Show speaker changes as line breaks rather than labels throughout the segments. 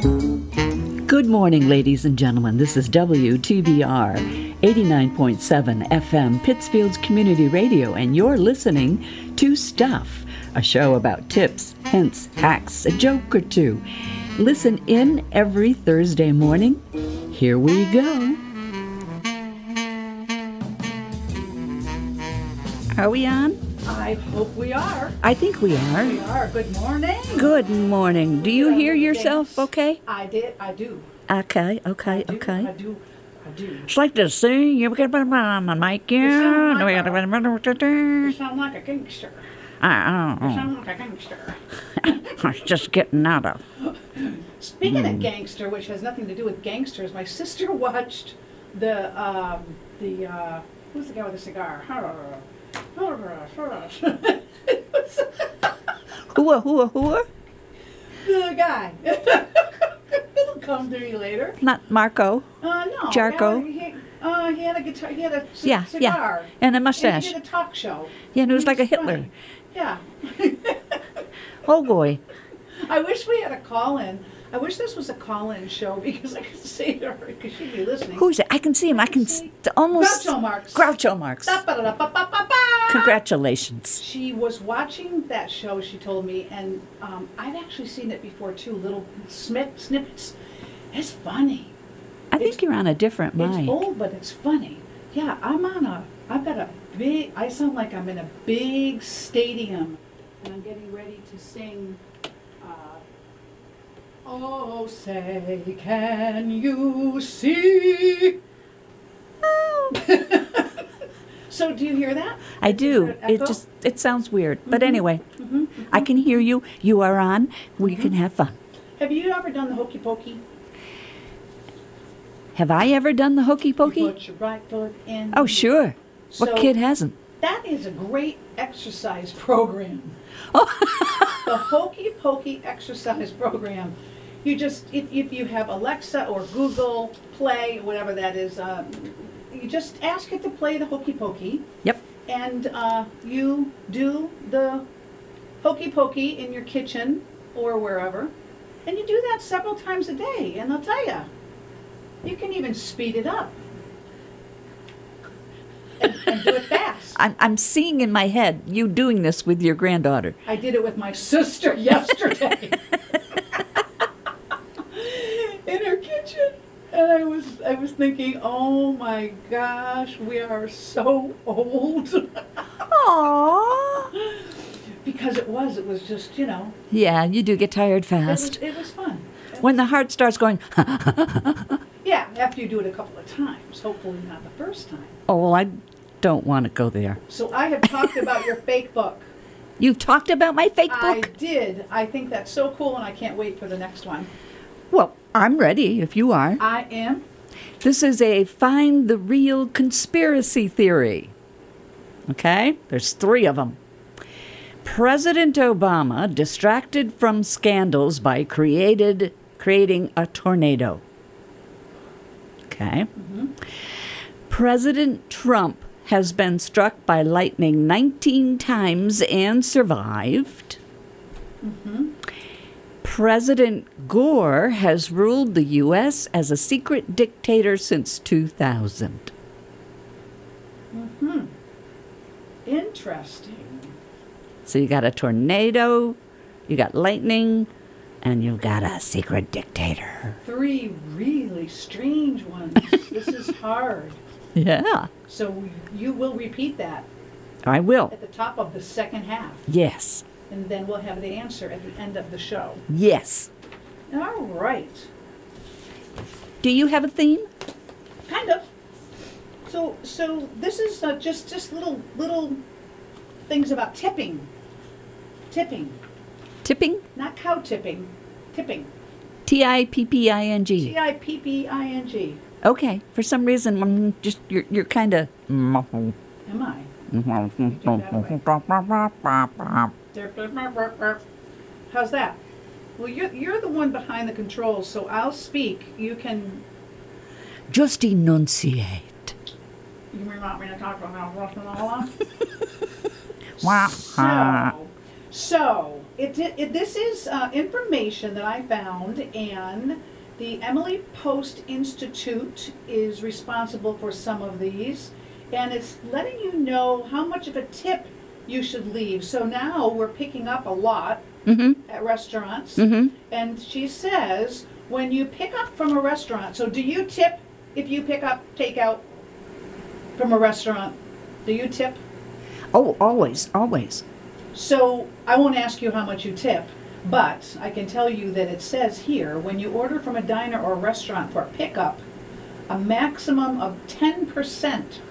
Good morning, ladies and gentlemen. This is WTBR 89.7 FM, Pittsfield's Community Radio, and you're listening to Stuff, a show about tips, hints, hacks, a joke or two. Listen in every Thursday morning. Here we go. Are we on?
I hope we are.
I think we are.
We are. Good morning.
Good morning. Do you hear yourself okay?
I did. I do.
Okay, okay,
I do, I
okay.
do. I do.
It's like the sing. You got my mic,
You
yeah.
sound like a gangster.
I
You
don't know.
sound like a gangster.
I was just getting out of.
Speaking
Hmm.
of gangster, which has nothing to do with gangsters, my sister watched the um, the uh, who's the guy with the cigar? It was
Hooah, hooah, hooah.
the guy. It'll come to me later.
Not Marco.
Uh, no.
Jarko?
He, he- uh, he had a guitar. He had a c-
Yeah,
cigar.
yeah. And a
And he
mustache.
did a talk show.
Yeah, and it was like a
funny.
Hitler.
Yeah.
Oh boy.
I wish we had a call in. I wish this was a call in show because I could say to her because she'd be listening.
Who's it? I can see him. I can s- almost.
Groucho Marx.
Groucho Marx.
Da-ba-da-da-ba-ba-ba-ba.
Congratulations.
She was watching that show, she told me, and um, I've actually seen it before too, little snip, snippets. It's funny.
I think you're on a different
It's
mic.
old, but it's funny. Yeah, I'm on a. I've got a big. I sound like I'm in a big stadium, and I'm getting ready to sing. Uh, oh, say, can you see? so, do you hear that?
I do.
it
It
echo? Mm-hmm.
just it sounds weird, but anyway, I can hear you. You are on. We can
Mm-hmm.
have fun.
Have you ever done the hokey pokey?
Have I ever done the hokey
You
pokey?
put your right foot in.
Oh sure. What
So-
kid hasn't?
That is a great exercise program.
Oh,
the Hokey Pokey exercise program. You just, if, if you have Alexa or Google Play, whatever that is, uh, you just ask it to play the Hokey Pokey,
Yep.
and uh, you do the Hokey Pokey in your kitchen or wherever, and you do that several times a day. And I'll tell you, you can even speed it up and, and do it fast.
I'm I'm seeing in my head you doing this with your granddaughter.
I did it with my sister yesterday in her kitchen. And I was I was thinking, oh my gosh, we are so old.
Aww.
because it was, it was just, you know,
Yeah, you do get tired
it was,
fast.
it was fun.
When the heart starts going,
Yeah, after you do it a couple of times, hopefully not the first time.
oh well, I don't want to go there.
So I have talked about your fake book.
You've talked about my fake
I
book.
did. I think that's so cool and I can't wait for the next one.
Well, I'm ready if you are.
I am
This is a find the real conspiracy theory. Okay? There's three of them. President Obama distracted from scandals by created creating a tornado. Okay? President Trump has been struck by lightning 19 times and survived. President Gore has ruled the U.S. as a secret dictator since 2000.
hmm, interesting.
So you got a tornado, you got lightning, and you got a secret dictator.
three really strange ones. this is hard.
Yeah.
So you will repeat that
I will.
at the top of the second half,
Yes.
and then we'll have the answer at the end of the show.
Yes.
All right,
Do you have a theme?
kind of. So so this is uh, just just little little things about tipping, tipping,
Tipping?
not cow tipping, tipping.
T I P P I N
T
G.
i p p i n g.
Okay. For some reason, I'm just you're you're kind of.
Am I? How's that? Well, you're, you're the one behind the controls, so I'll speak. You can,
Just enunciate.
you may want me to talk about Guatemala?
Wah, ha.
So, so it, di- it, this is uh, information that I found, and the Emily Post Institute is responsible for some of these, and it's letting you know how much of a tip you should leave. So now we're picking up a lot
Mm-hmm.
at restaurants,
Mm-hmm.
and she says when you pick up from a restaurant. So do you tip if you pick up takeout from a restaurant? Do you tip?
Oh, always, always.
So I won't ask you how much you tip, but I can tell you that it says here, when you order from a diner or restaurant for pickup, a maximum of ten percent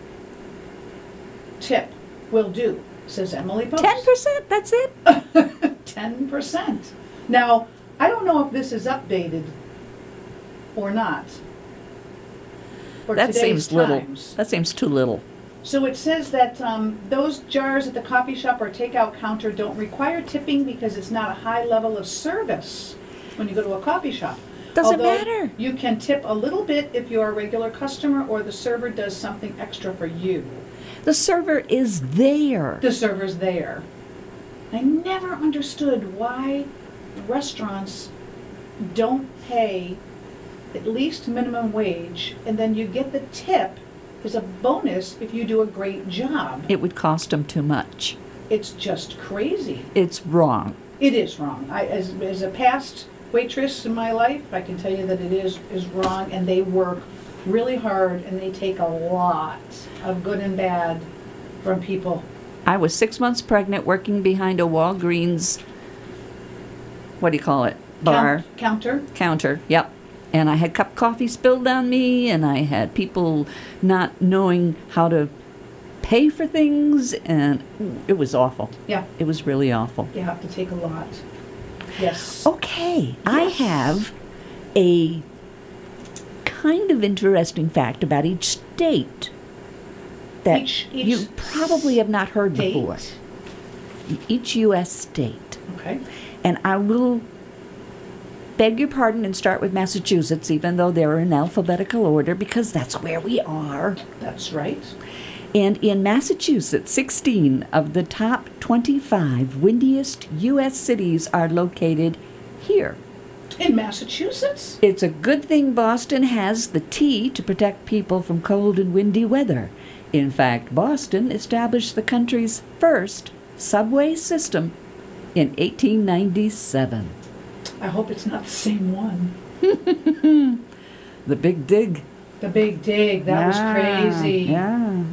tip will do, says Emily Post.
Ten percent. That's it.
Ten percent. Now, I don't know if this is updated or not. for
that
today's
seems little.
times.
That seems too little.
So it says that um, those jars at the coffee shop or takeout counter don't require tipping because it's not a high level of service when you go to a coffee shop.
Doesn't
Although
matter.
You can tip a little bit if you're a regular customer or the server does something extra for you.
The server is there.
The server's there. I never understood why restaurants don't pay at least minimum wage and then you get the tip as a bonus if you do a great job.
It would cost them too much.
It's just crazy.
It's wrong.
It is wrong. I, as, as a past waitress in my life, I can tell you that it is, is wrong, and they work really hard, and they take a lot of good and bad from people.
I was six months pregnant, working behind a Walgreens. What do you call it? Bar.
Count- Counter.
counter. Yep. And I had cup of coffee spilled on me, and I had people not knowing how to pay for things, and it was awful.
Yeah,
It was really awful.
you have to take a lot. Yes.
Oh, Okay, I have a kind of interesting fact about each state that
Each- each
you probably have not heard
Date.
before. Each U.S. state.
Okay.
And I will beg your pardon and start with Massachusetts, even though they're in alphabetical order, because that's where we are.
That's right.
And in Massachusetts, 16 of the top 25 windiest U.S. cities are located here.
In Massachusetts?
It's a good thing Boston has the T to protect people from cold and windy weather. In fact, Boston established the country's first subway system in 1897.
I hope it's not the same one.
The Big Dig.
The Big Dig, that was crazy.
Yeah.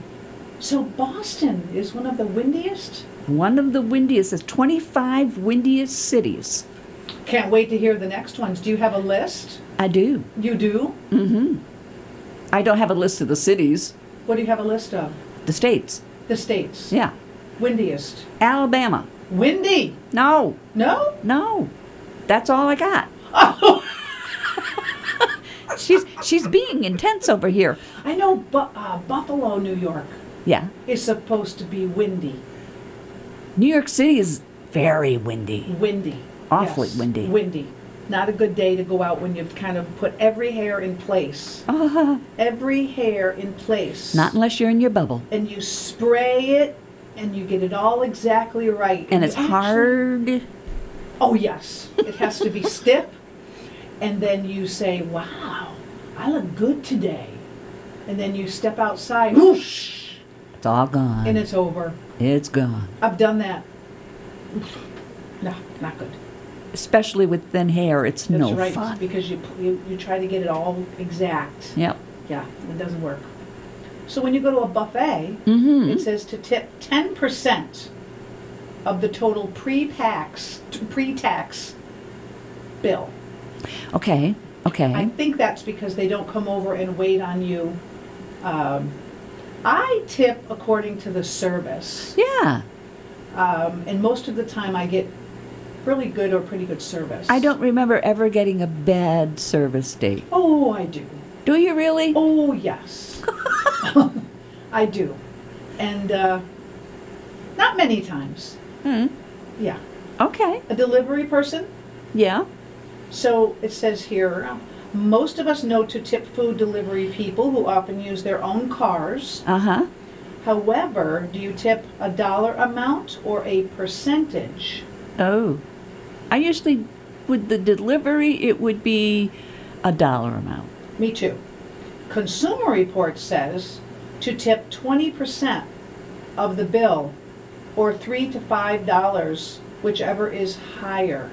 So Boston is one of the windiest?
One of the windiest, it's 25 windiest cities.
Can't wait to hear the next ones. Do you have a list?
I do.
You do?
Mm-hmm. I don't have a list of the cities,
What do you have a list of?
the states.
The states.
Yeah.
Windiest.
Alabama.
Windy.
No,
No?
no. That's all I got.
Oh,
She's she's being intense over here.
I know Bu- uh, Buffalo, New York
Yeah.
is supposed to be windy.
New York City is very windy.
Windy.
Awfully
Yes.
windy.
Windy. Not a good day to go out when you've kind of put every hair in place.
Uh,
Every hair in place.
not unless you're in your bubble.
and you spray it and you get it all exactly right.
And it's
you actually-
hard.
Oh, yes. It has to be stiff. And then you say, wow, I look good today. And then you step outside, whoosh,
It's all
and
gone.
it's over.
It's gone.
I've done that. No, not good.
Especially with thin hair, it's
That's
no
right,
fun.
Because you, you, you try to get it all exact.
Yep.
Yeah, it doesn't work. So when you go to a buffet,
Mm-hmm.
it says to tip 10% of the total pre-tax, pre-tax bill.
Okay. Okay.
I think that's because they don't come over and wait on you. Um, I tip according to the service,
yeah.
um, and most of the time I get really good or pretty good service.
I don't remember ever getting a bad service date.
Oh, I do.
Do you really?
Oh, yes. I do, and uh, not many times.
Hmm.
Yeah,
Okay.
a delivery person.
Yeah.
So it says here, most of us know to tip food delivery people who often use their own cars.
Uh huh.
However, do you tip a dollar amount or a percentage?
Oh. I usually, with the delivery, it would be a dollar amount.
Me too. Consumer Report says to tip 20% of the bill or 3 to 5 dollars, whichever is higher.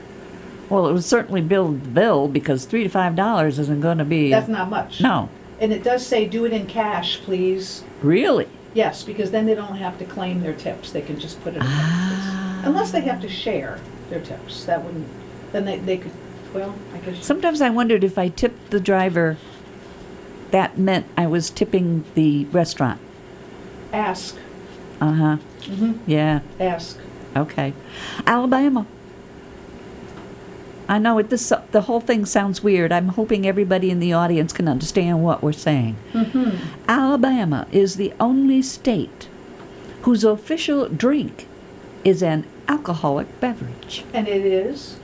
Well, it would certainly build the bill because three to five dollars isn't going to be.
That's not much.
No,
And it does say do it in cash, please.
really.
Yes, because then they don't have to claim their tips. They can just put it in.
Ah.
Unless they have to share their tips. That wouldn't, then they, they could, well, I guess.
Sometimes I wondered if I tipped the driver, that meant I was tipping the restaurant.
Ask.
Uh huh.
Mm-hmm.
Yeah.
Ask.
Okay. Alabama. I know it. This the whole thing sounds weird. I'm hoping everybody in the audience can understand what we're saying.
Mm-hmm.
Alabama is the only state whose official drink is an alcoholic beverage.
And it is.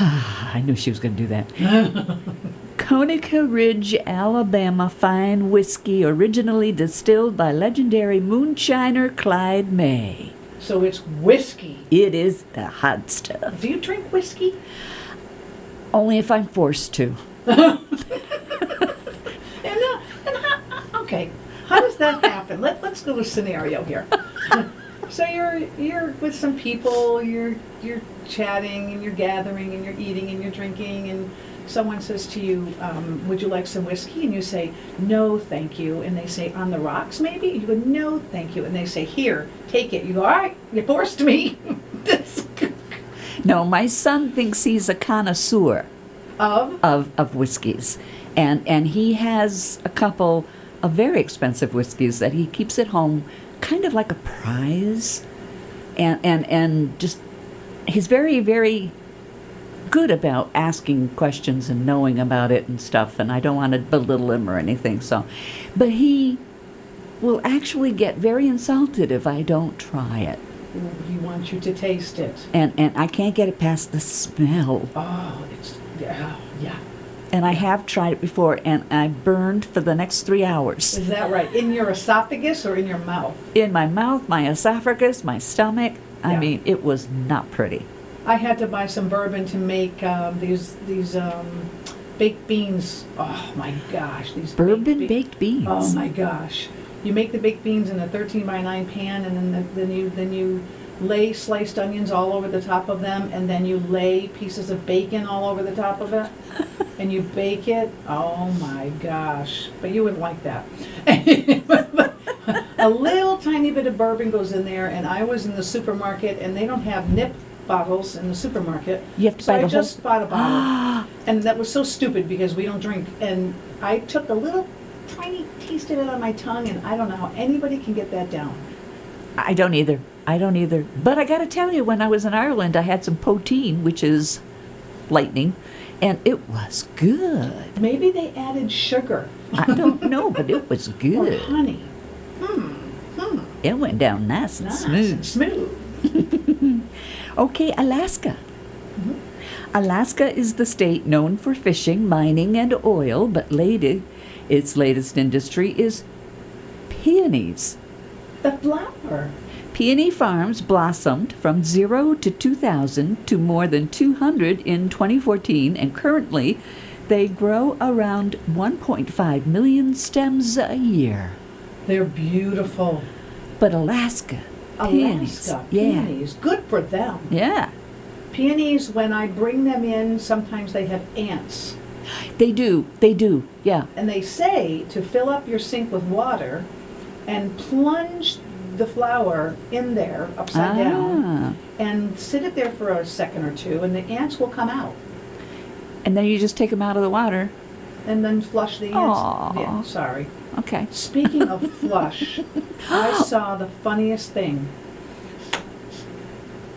Ah, I knew she was going to do that. Conica Ridge, Alabama fine whiskey, originally distilled by legendary moonshiner Clyde May.
So it's whiskey.
It is the hot stuff.
Do you drink whiskey?
Only if I'm forced to.
And, uh, and how, okay, how does that happen? Let, let's go with scenario here. so you're you're with some people, you're you're chatting and you're gathering and you're eating and you're drinking and someone says to you, um, "Would you like some whiskey?" and you say, "No, thank you." And they say, "On the rocks, maybe?" You go, "No, thank you." And they say, "Here, take it." You go, "All right, you forced me." this
No, my son thinks he's a connoisseur
of
of, of whiskeys. And, and he has a couple of very expensive whiskeys that he keeps at home, kind of like a prize. And, and, and just, he's very, very good about asking questions and knowing about it and stuff. And I don't want to belittle him or anything. So, but he will actually get very insulted if I don't try it.
he wants you to taste it.
And, and I can't get it past the smell.
Oh, it's yeah, yeah.
And I have tried it before, and I burned for the next three hours
Is that right? In your esophagus or in your mouth?
in my mouth, my esophagus, my stomach. I
Yeah.
mean, it was not pretty.
I had to buy some bourbon to make um, these these um, baked beans. Oh my gosh, these baked
Bourbon
be-
baked beans.
Oh my gosh, you make the baked beans in a 13 by 9 pan, and then the, then you then you lay sliced onions all over the top of them, and then you lay pieces of bacon all over the top of it, and you bake it. Oh my gosh, but you would like that. a little tiny bit of bourbon goes in there, and I was in the supermarket, and they don't have nip bottles in the supermarket.
You have to
So
buy
I
the whole.
just bought a bottle, and that was so stupid because we don't drink. And I took a little tiny taste of it on my tongue, and I don't know how anybody can get that down.
I don't either. I don't either. But I got to tell you, when I was in Ireland, I had some poteen, which is lightning, and it was good.
Maybe they added sugar
I don't know, but it was
or
good.
honey. Hmm. Hmm.
It went down nice and
Nice.
smooth.
and Smooth.
Okay, Alaska. Mm-hmm. Alaska is the state known for fishing, mining, and oil, but lady, its latest industry is peonies.
The flower.
Peony farms blossomed from 0 to 2000 to more than 200 in 2014, and currently they grow around 1.5 million stems a year.
They're beautiful.
But Alaska, peonies.
Alaska
yeah.
peonies. Good for them.
Yeah.
Peonies. When I bring them in, sometimes they have ants.
They do. They do. Yeah.
And they say to fill up your sink with water and plunge the flower in there upside down
Ah.
and sit it there for a second or two and the ants will come out
And then you just take them out of the water.
and then flush the ants.
Aw.
Yeah, sorry.
Okay.
Speaking of flush, I saw the funniest thing.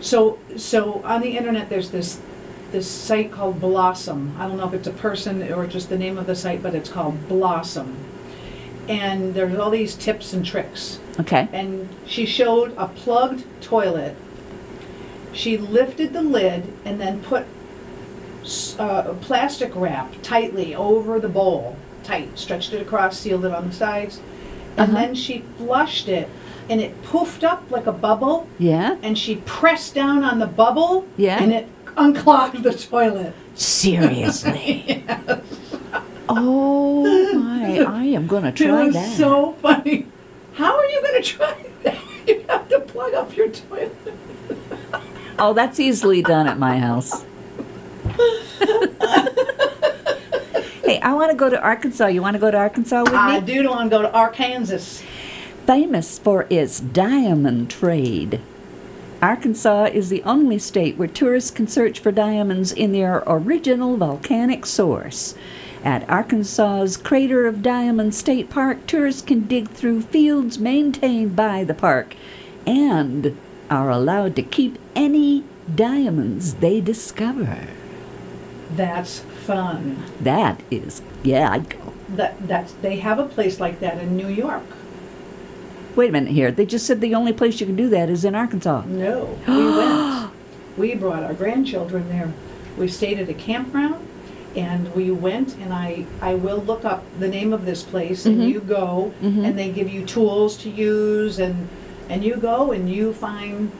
So, so on the internet, there's this, this site called Blossom. I don't know if it's a person or just the name of the site, but it's called Blossom. And there's all these tips and tricks.
Okay.
And she showed a plugged toilet. She lifted the lid and then put s- uh, plastic wrap tightly over the bowl, tight, stretched it across, sealed it on the sides. And
Uh-huh.
then she flushed it and it poofed up like a bubble
Yeah?
and she pressed down on the bubble
Yeah.
and it unclogged the toilet.
Seriously? Oh my, I am going to
it
try
was
that.
so funny. How are you going to try that? You have to plug up your toilet.
Oh, that's easily done at my house. hey, I want to go to Arkansas. You want to go to Arkansas with
I
me?
do want to go to Arkansas.
Famous for its diamond trade. Arkansas is the only state where tourists can search for diamonds in their original volcanic source. At Arkansas's Crater of Diamonds State Park, tourists can dig through fields maintained by the park and are allowed to keep any diamonds they discover.
That's fun.
That is, yeah, I'd go.
That that's they have a place like that in New York.
Wait a minute here. They just said the only place you can do that is in Arkansas.
No, we went. We brought our grandchildren there. We stayed at a campground, and we went. And I I will look up the name of this place,
Mhm.
and you go,
Mhm.
and they give you tools to use, and and you go and you find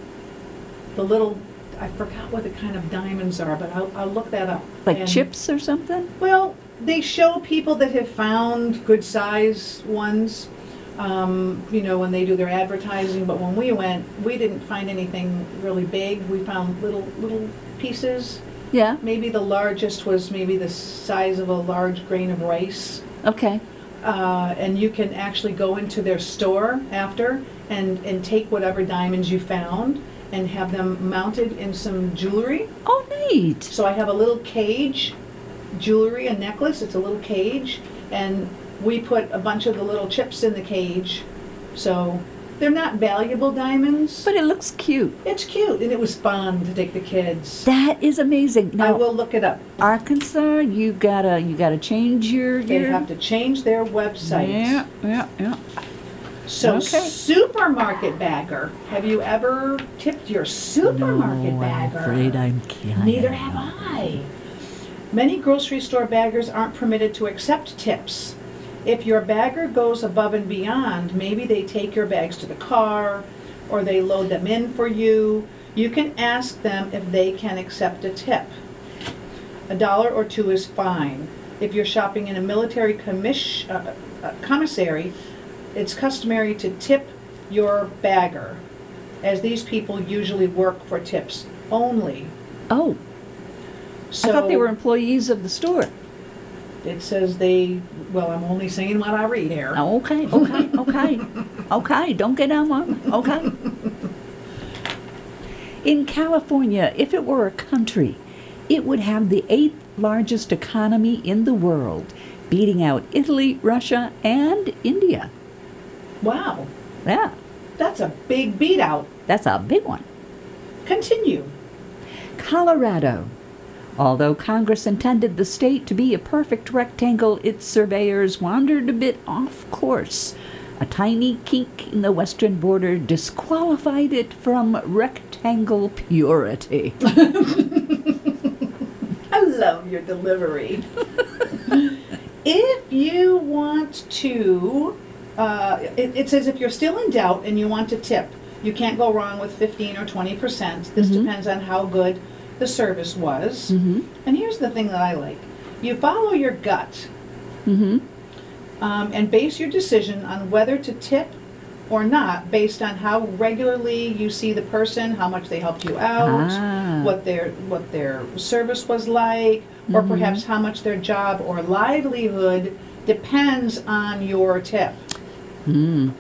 the little. I forgot what the kind of diamonds are, but I'll, I'll look that up.
Like
And-
chips or something?
Well, they show people that have found good size ones, um, you know, when they do their advertising. But when we went, we didn't find anything really big. We found little little pieces.
Yeah.
Maybe the largest was maybe the size of a large grain of rice.
Okay.
Uh, and you can actually go into their store after and, and take whatever diamonds you found and have them mounted in some jewelry.
Oh, neat.
So I have a little cage, jewelry, a necklace, it's a little cage, and we put a bunch of the little chips in the cage. So they're not valuable diamonds.
But it looks cute.
It's cute, and it was fun to take the kids.
That is amazing.
I
Now,
will look it up.
Arkansas, you gotta you gotta change your
They
your
have to change their website.
yeah yeah yeah.
So
Okay.
supermarket bagger. Have you ever tipped your supermarket
no, Oh, I'm
bagger?
afraid I'm kidding.
Neither have I. Many grocery store baggers aren't permitted to accept tips. If your bagger goes above and beyond, maybe they take your bags to the car or they load them in for you. You can ask them if they can accept a tip. A dollar or two is fine. If you're shopping in a military commish, uh, uh, commissary, it's customary to tip your bagger, as these people usually work for tips only.
Oh,
So
I thought they were employees of the store.
It says they. Well, I'm only saying what I read here.
Oh, okay, okay, okay, okay. Don't get down on me. Okay. In California, if it were a country, it would have the eighth largest economy in the world, beating out Italy, Russia, and India.
Wow,
Yeah,
that's a big beat out.
that's a big one.
Continue.
Colorado. Although Congress intended the state to be a perfect rectangle, its surveyors wandered a bit off course. A tiny kink in the western border disqualified it from rectangle purity.
I love your delivery. if you want to, uh, it, it says if you're still in doubt and you want to tip, you can't go wrong with 15 or 20 percent. This
Mhm.
depends on how good the service was.
Mm-hmm.
And here's the thing that I like: you follow your gut.
Mm-hmm.
um, and base your decision on whether to tip or not based on how regularly you see the person, how much they helped you out,
Ah.
what their what their service was like, or
Mhm.
perhaps how much their job or livelihood depends on your tip.
Mm.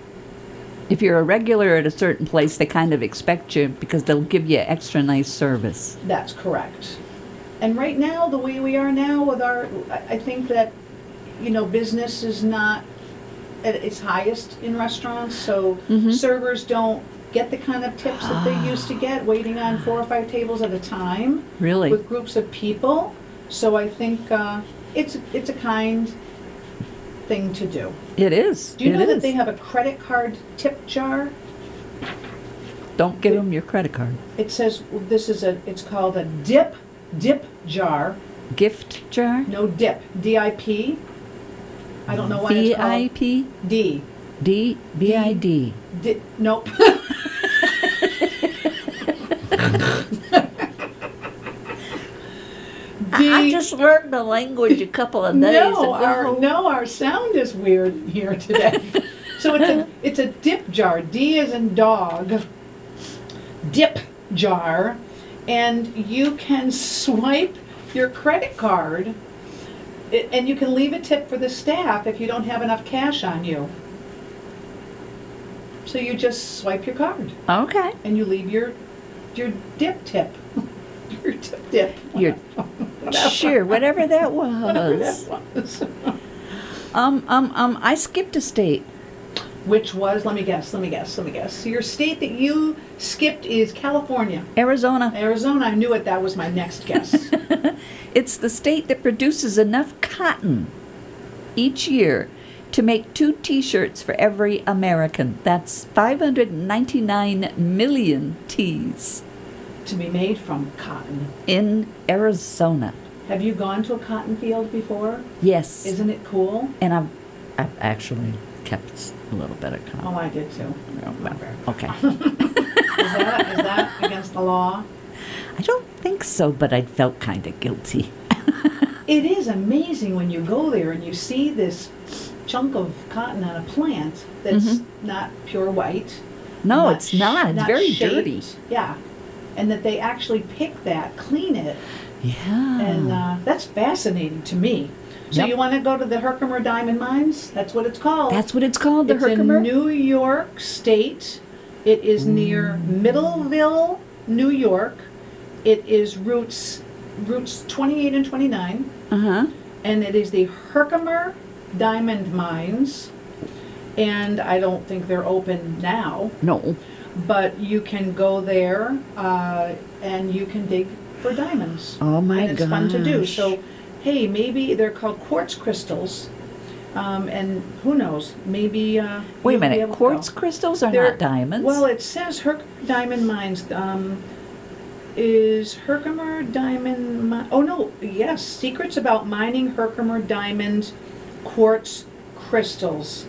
If you're a regular at a certain place, they kind of expect you because they'll give you extra nice service.
That's correct. And right now, the way we are now with our, I I think that, you know, business is not at its highest in restaurants, so
Mhm.
servers don't get the kind of tips that they used to get, waiting on four or five tables at a time
Really?
with groups of people. So I think uh, it's, it's a kind thing to do.
It is.
Do you
It
know that
is.
they have a credit card tip jar?
Don't give them your credit card.
It says, this is a, it's called a dip dip jar.
Gift jar?
No dip. D I P. I don't know why
B
it's
I
called
P
D.
D B I D.
Di- nope.
I
D-
just learned the language a couple of days ago.
no, our, no, our sound is weird here today. so it's a it's a dip jar. D is in dog. Dip jar, and you can swipe your credit card, i- and you can leave a tip for the staff if you don't have enough cash on you. So you just swipe your card
Okay.
and you leave your your dip tip, your tip dip.
Your-
Whatever.
Sure, whatever that
Whatever that
was.
was.
Um, um, um, I skipped a state.
Which was, let me guess, let me guess, let me guess. So your state that you skipped is California.
Arizona.
Arizona, I knew it, that was my next guess.
It's the state that produces enough cotton each year to make two t shirts for every American. That's 599 million tees
to be made from cotton.
in Arizona.
Have you gone to a cotton field before?
Yes.
Isn't it cool?
and I've, I've actually kept a little bit of
Oh,
cotton.
I did too.
Okay.
Is that, is that against the law?
I don't think so, but I felt kind of guilty.
It is amazing when you go there and you see this chunk of cotton on a plant that's not pure white.
Mm-hmm. No, it's
sh-
not. It's very
shaped.
dirty.
Yeah. And that they actually pick that, clean it,
Yeah.
and uh, that's fascinating to me. So
Oh. Yep.
you want to go to the Herkimer Diamond Mines? That's what it's called.
That's what uh, it's called, the
it's
Herkimer?
in New York State. It is near
Mm.
Middleville, New York. It is routes routes 28 and 29,
uh-huh.
and it is the Herkimer Diamond Mines. And I don't think they're open now
No.
but you can go there uh, and you can dig for diamonds.
Oh, my
And it's fun to do.
gosh.
So, hey, maybe they're called quartz crystals, um, and who knows? Maybe. Uh,
Wait a
you'll be
minute.
able to
Quartz
go.
crystals are
They're-
not diamonds.
Well, it says Herc Diamond Mines. Um, is Herkimer Diamond? Mi- oh no, yes. Secrets about mining Herkimer Diamond quartz crystals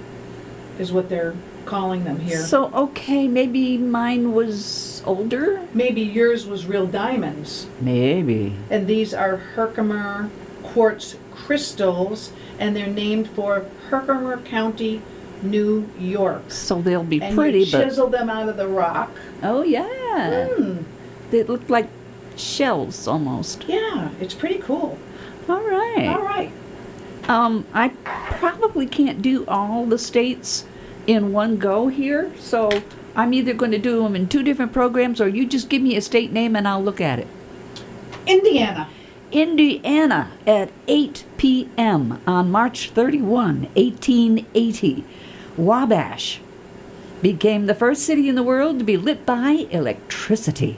is what they're calling them here.
So, okay, maybe mine was older?
Maybe yours was real diamonds,
Maybe.
and these are Herkimer quartz crystals, and they're named for Herkimer County, New York.
So they'll be
And
pretty,
you
but.
chisel them out of the rock.
Oh, yeah.
Hmm,
They look like shells almost.
yeah, it's pretty cool.
All right.
All right.
Um, I probably can't do all the states in one go here, so I'm either going to do them in two different programs or you just give me a state name and I'll look at it.
Indiana.
Indiana at 8 p.m. on March 31, 1880. Wabash became the first city in the world to be lit by electricity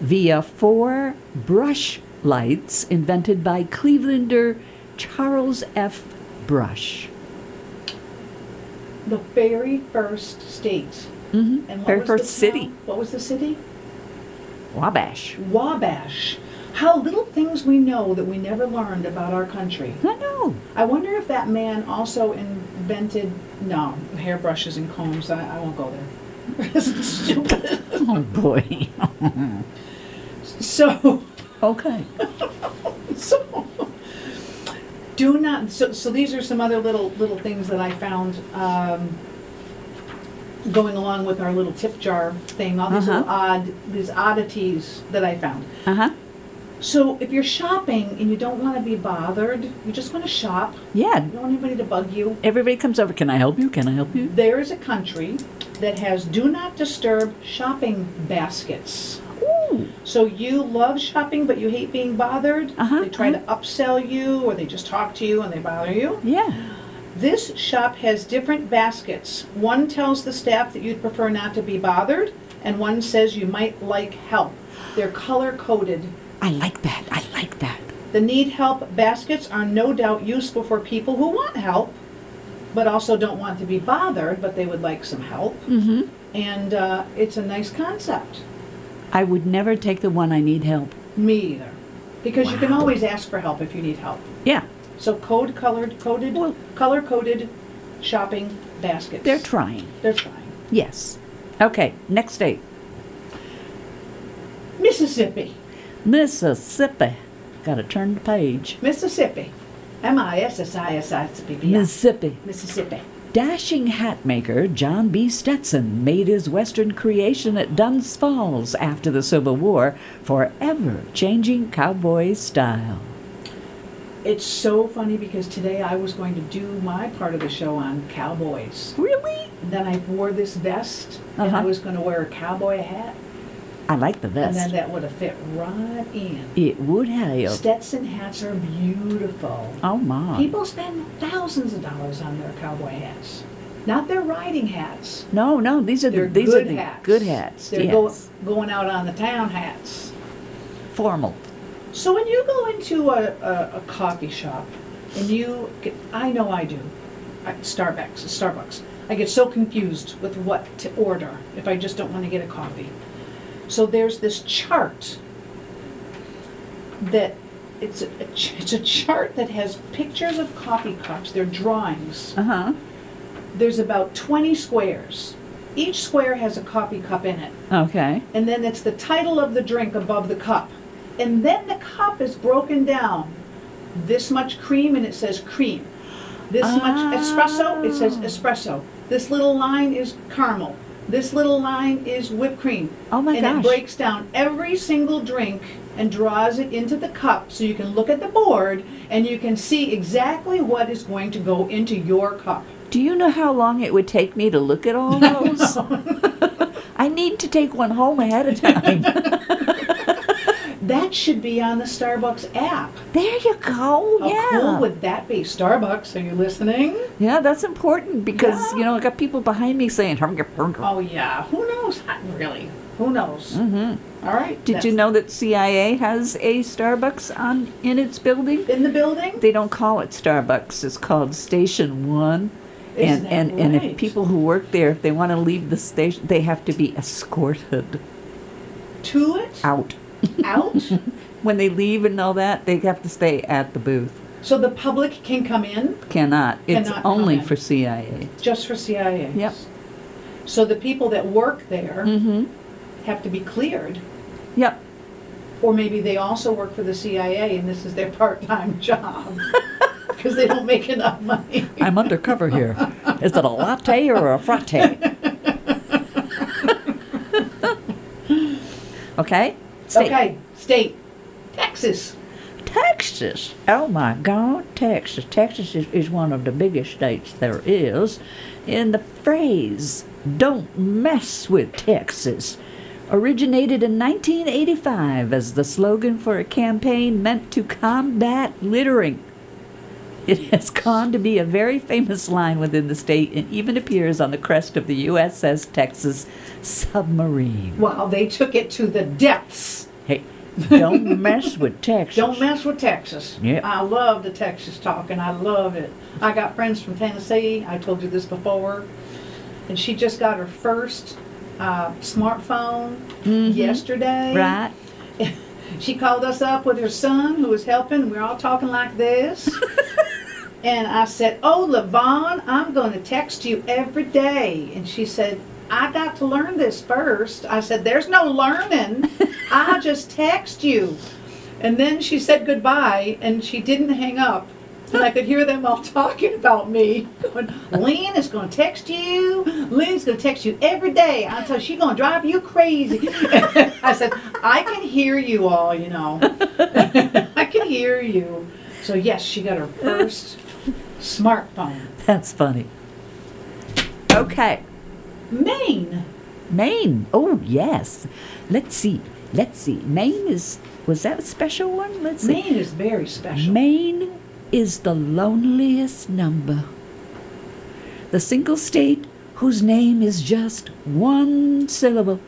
via four brush lights invented by Clevelander Charles F. Brush.
The very first state.
Mm-hmm.
And what
Very
was the
first city,
town? What was the city?
Wabash.
Wabash. How little things we know that we never learned about our country.
I know.
I wonder if that man also invented, no, hairbrushes and combs, I, I won't go there. This is stupid.
Oh boy.
So,
okay.
so, do not, so, so these are some other little, little things that I found, um, going along with our little tip jar thing, all these
Uh-huh.
little odd, these oddities that I found.
Uh huh.
So if you're shopping and you don't wanna be bothered, you just wanna shop,
Yeah.
you don't want anybody to bug you,
Everybody comes over. Can I help you? Can I help you?
There is a country that has do not disturb shopping baskets.
Ooh.
So you love shopping, but you hate being bothered.
Uh-huh,
They try to upsell you, or they just talk to you and they bother you.
Yeah.
This shop has different baskets. One tells the staff that you'd prefer not to be bothered, and one says you might like help. They're color coded.
I like that. I like that.
The need help baskets are no doubt useful for people who want help, but also don't want to be bothered, but they would like some help.
Mm-hmm.
and uh, it's a nice concept.
I would never take the one I need help.
Me either. Because you can always ask for help if you need help.
Yeah,
So code colored, coded,
Well-
color coded shopping baskets.
they're trying.
They're trying.
Yes. Okay, next state
Mississippi,
Mississippi. Got to turn the page.
Mississippi, M I S S I S I S P P I,
Mississippi.
Mississippi.
Dashing hat maker John B. Stetson made his Western creation at Dunn's Falls after the Civil War, forever changing cowboy style.
It's so funny because today I was going to do my part of the show on cowboys.
Really?
And then I wore this vest and I
Uh-huh.
was going to wear a cowboy hat.
I like the
And then
vest.
that would have fit right in.
It would have.
Stetson hats are beautiful.
Oh my.
People spend thousands of dollars on their cowboy hats, not their riding hats.
No, no, these are the
They're
these
good
are the
hats.
good hats.
They're
yes.
go- going out on the town hats.
Formal.
So when you go into a, a, a coffee shop and you get, I know I do, I- Starbucks, Starbucks. I get so confused with what to order if I just don't want to get a coffee. So there's this chart that it's a, it's a chart that has pictures of coffee cups. They're drawings.
Uh-huh.
There's about 20 squares. Each square has a coffee cup in it
Okay.
and then it's the title of the drink above the cup. And then the cup is broken down. This much cream, and it says cream. This much espresso, it says
Ah.
espresso. This little line is caramel. This little line is whipped cream.
Oh my
and
gosh.
it breaks down every single drink and draws it into the cup so you can look at the board and you can see exactly what is going to go into your cup.
Do you know how long it would take me to look at all those? I need to take one home ahead of time.
That should be on the Starbucks app.
there you go.
How
yeah.
cool would that be? Starbucks, are you listening?
Yeah, that's important because
Yeah.
you know I got people behind me saying hunger hunger.
Oh yeah, who knows? I- Really, who knows?
Mm-hmm.
All right.
Did you
that's-
know that CIA has a Starbucks on in its building?
in the building?
They don't call it Starbucks. It's called Station One. and
Isn't that
and and
right?
if people who work there, if they want to leave the station, they have to be escorted
To it?
out.
Out?
When they leave and all that, they have to stay at the booth.
so the public can come in
Cannot. It's
Cannot come
only
in.
for CIA.
just for CIA.
Yep.
So the people that work there
Mm-hmm.
have to be cleared,
Yep.
or maybe they also work for the CIA and this is their part-time job because they don't make enough money.
I'm undercover here. Is it a latte or a frappe? okay? State.
Okay, state, Texas.
Texas. Oh my God, Texas. Texas is, is one of the biggest states there is. And the phrase, don't mess with Texas, originated in 1985 as the slogan for a campaign meant to combat littering. It has gone to be a very famous line within the state and even appears on the crest of the USS Texas submarine.
Wow, they took it to the depths.
Hey, don't mess with Texas.
Don't mess with Texas.
Yep.
I love the Texas talk and I love it. I got friends from Tennessee. I told you this before. And she just got her first uh, smartphone yesterday.
Mm-hmm. Right?
She called us up with her son who was helping. We're all talking like this. and I said, Oh, LaVon, I'm going to text you every day. And she said, I got to learn this first. I said, There's no learning. I just text you. And then she said goodbye and she didn't hang up. And I could hear them all talking about me. Going, Lynn is going to text you. Lynn's going to text you every day. I said, she's going to drive you crazy. I said, I can hear you all, you know. I can hear you. So, yes, she got her first smartphone.
That's funny. Okay,
Maine.
Maine. Oh yes. Let's see. Let's see. Maine is was that a special one? Let's see.
Maine is very special.
Maine is the loneliest number. The single state whose name is just one syllable.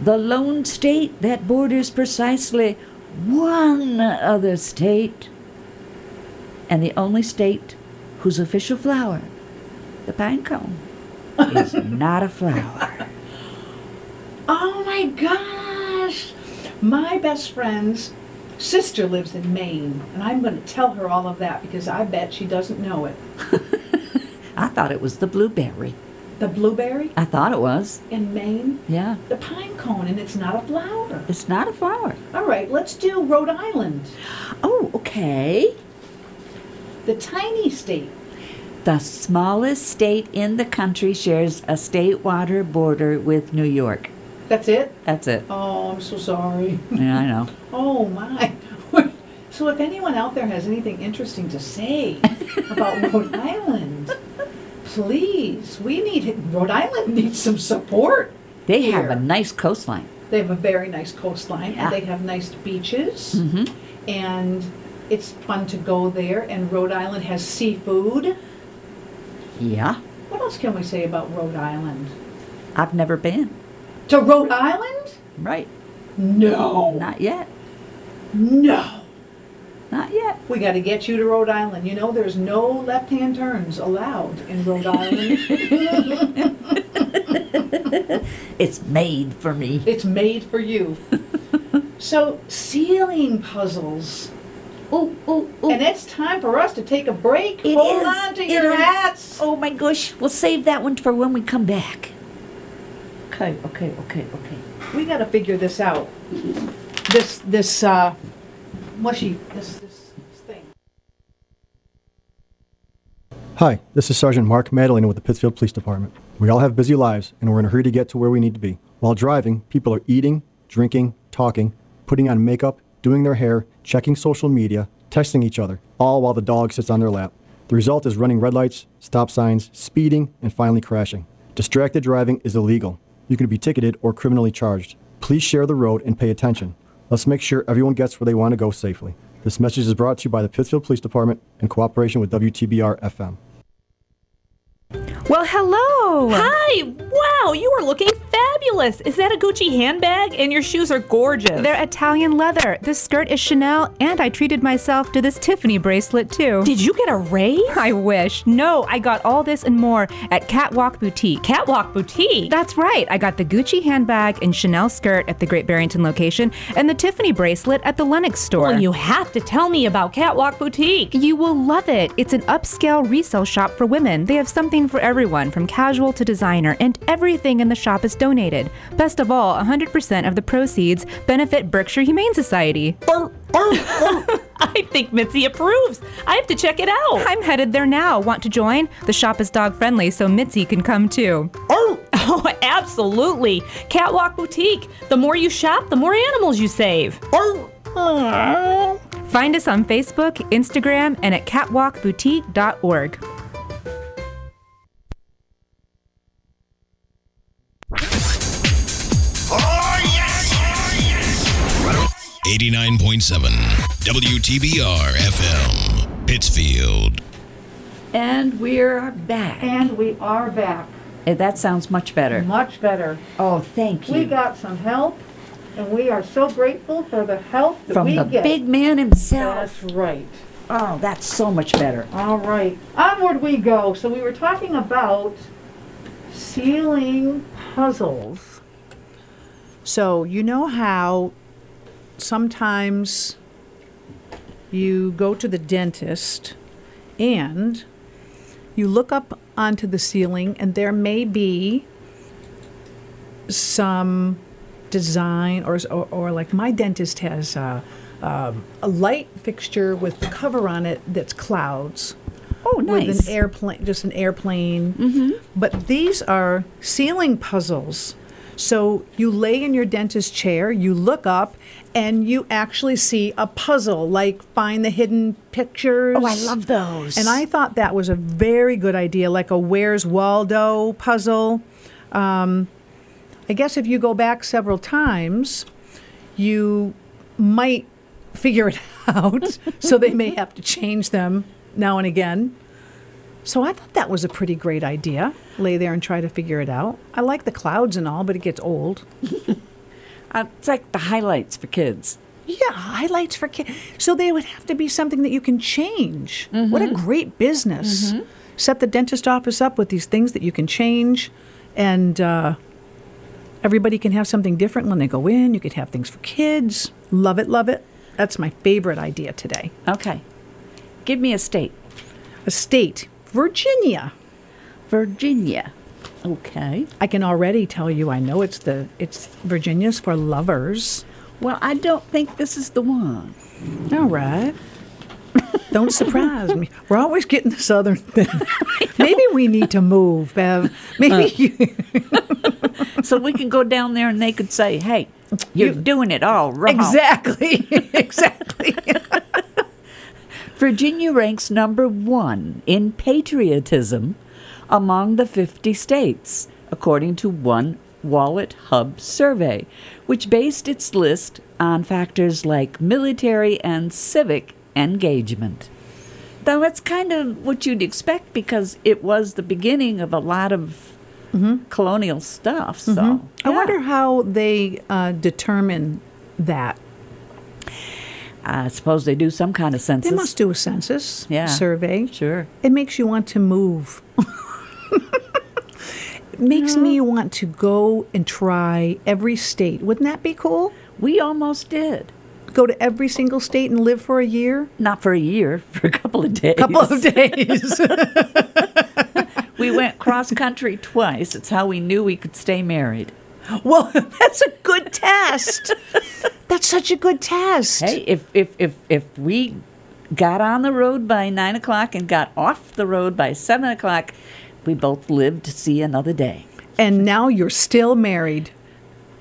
The lone state that borders precisely one other state. And the only state whose official flower, the pine cone, is not a flower.
Oh my gosh! My best friends sister lives in Maine, and I'm going to tell her all of that because I bet she doesn't know it.
I thought it was the blueberry.
The blueberry
I thought it was.
in Maine,
Yeah.
the pine cone, and it's not a flower.
It's not a flower.
All right, let's do Rhode Island,
Oh, okay.
the tiny state.
The smallest state in the country shares a state water border with New York.
That's it?
That's it.
Oh, I'm so sorry.
Yeah, I know.
Oh my. So if anyone out there has anything interesting to say about Rhode Island, please, we need Rhode Island needs some support.
They have a
Here.
nice coastline.
They have a very nice coastline
Yeah.
and they have nice beaches
Mm-hmm.
and it's fun to go there and Rhode Island has seafood.
Yeah.
What else can we say about Rhode Island?
I've never been.
To Rhode Island?
Right.
No.
Not yet.
No.
Not yet.
We got to get you to Rhode Island. You know, there's no left-hand turns allowed in Rhode Island.
It's made for me.
it's made for you. So, ceiling puzzles.
Ooh, ooh, ooh.
And it's time for us to take a break.
It
Hold
is,
on to
it
your
is.
hats.
Oh my gosh. We'll save that one for when we come back. Okay, okay, okay, okay.
We got to figure this out. This this uh mushy this this thing.
Hi, this is Sergeant Mark Madeline with the Pittsfield Police Department. We all have busy lives, and we're in a hurry to get to where we need to be. While driving, people are eating, drinking, talking, putting on makeup, doing their hair, checking social media, texting each other, all while the dog sits on their lap. The result is running red lights, stop signs, speeding, and finally crashing. Distracted driving is illegal. You can be ticketed or criminally charged. Please share the road and pay attention. Let's make sure everyone gets where they want to go safely. This message is brought to you by the Pittsfield Police Department in cooperation with WTBR FM.
Well, hello.
Hi! Wow, you are looking fabulous. Is that a Gucci handbag? And your shoes are gorgeous.
They're Italian leather. This skirt is Chanel, and I treated myself to this Tiffany bracelet too.
Did you get a raise?
I wish. No, I got all this and more at Catwalk Boutique.
Catwalk boutique.
That's right. I got the Gucci handbag and Chanel skirt at the Great Barrington location and the Tiffany bracelet at the Lenox store.
well, you have to tell me about Catwalk boutique.
You will love it. It's an upscale resale shop for women. They have something for everyone, from casual to designer, and everything in the shop is donated. Best of all, 100% of the proceeds benefit Berkshire Humane Society.
I think Mitzi approves. I have to check it out.
I'm headed there now. Want to join? The shop is dog friendly, so Mitzi can come too.
Oh, absolutely. Catwalk boutique. The more you shop, the more animals you save.
Find us on Facebook, Instagram, and at catwalkboutique.org.
Oh, yes! 89.7 WTBR FM, Pittsfield.
And we're back.
And we are back.
Eh, That sounds much better.
Much better.
Oh, thank
We
you.
got some help and we are so grateful for the help that
From
we
the
get.
big man himself.
That's right.
Oh, that's so much better.
All right, onward we go. So we were talking about ceiling puzzles. So you know how sometimes you go to the dentist and you look up onto the ceiling and there may be some design or, or, or like my dentist has uh, um, a light fixture with the cover on it that's clouds
Oh,
with
nice. Mm-hmm.
an airplane, just an airplane. But these are ceiling puzzles. So you lay in your dentist chair, you look up, and you actually see a puzzle, like find the hidden pictures.
Oh, I love those.
And I thought that was a very good idea, like a Where's Waldo puzzle. Um, I guess if you go back several times, you might figure it out. so they may have to change them now and again. So I thought that was a pretty great idea. Lay there and try to figure it out. I like the clouds and all, but it gets old.
Uh, it's like the highlights for kids.
Yeah, highlights for kids. So they would have to be something that you can change. What a great business. Set the dentist office up with these things that you can change, and uh, everybody can have something different when they go in. You could have things for kids. Love it, love it. That's my favorite idea today.
Okay. Give me a state.
A state, Virginia.
Virginia. Okay.
I can already tell you I know it's the it's Virginia's for lovers.
Well, I don't think this is the one.
All right. Don't surprise me. We're always getting the southern thing. Maybe we need to move, Bev. Maybe you,
So we can go down there and they could say, hey, you're doing it all wrong.
exactly, exactly.
Virginia ranks number one in patriotism among the 50 states, according to one Wallet Hub survey, which based its list on factors like military and civic engagement. Now, that's kind of what you'd expect because it was the beginning of a lot of colonial stuff. So,
Mm-hmm. I
yeah.
wonder how they uh, determine that.
I suppose they do some kind of
They
census.
must eh? do a census
Yeah.
survey.
Sure.
It makes you want to move. it makes me want to go and try every state. Wouldn't that be cool?
We almost did.
Go to every single state and live for a year?
Not for a year, for a couple of days.
Couple of days.
We went cross country twice. It's how we knew we could stay married.
well, that's a good test. That's such a good test.
Hey, if if if if we got on the road by nine o'clock and got off the road by seven o'clock, we both lived to see another day.
And now you're still married.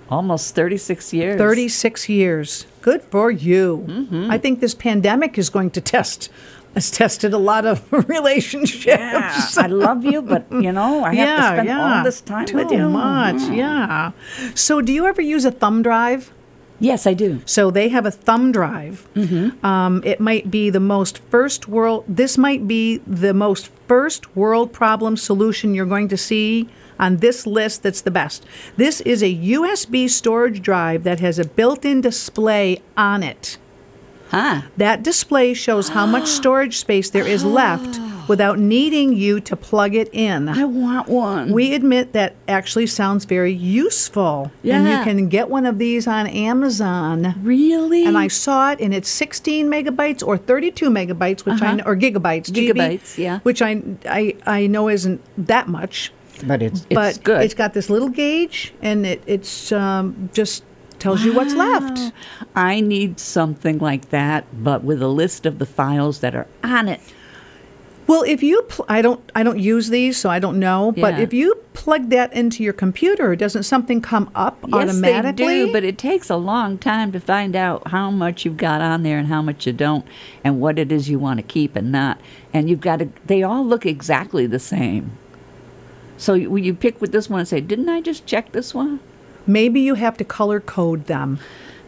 Almost thirty six years.
36 years. Good for you.
Mm-hmm.
I think this pandemic is going to test has tested a lot of relationships.
Yeah, I love you, but you know I have to spend all this time
Too
with you. Mm-hmm.
much, yeah. So, do you ever use a thumb drive?
Yes, I do.
So they have a thumb drive.
Mm-hmm.
Um, it might be the most first world. This might be the most first world problem solution you're going to see on this list. That's the best. This is a USB storage drive that has a built-in display on it.
Huh?
That display shows how much storage space there is left without needing you to plug it in.
Ah. I want one.
We admit that actually sounds very useful. And you
Yeah.
can get one of these on Amazon.
really?
And I saw it, and it's 16 megabytes or 32 megabytes, which I kn- or gigabytes, GB,
Uh-huh. Gigabytes, yeah.
which I, I I know isn't that much,
but it's it's
but
good.
it's got this little gauge, and it it's um, just tells you what's left.
I need something like that, but with a list of the files that are on it.
Well, if you, pl- I don't, I don't use these, so I don't know. But
Yeah.
if you plug that into your computer, doesn't something come up automatically?
Yes, they do, but it takes a long time to find out how much you've got on there and how much you don't, and what it is you want to keep and not. And you've got to, they all look exactly the same. So you, you pick with this one and say, didn't I just check this one?
maybe you have to color code them,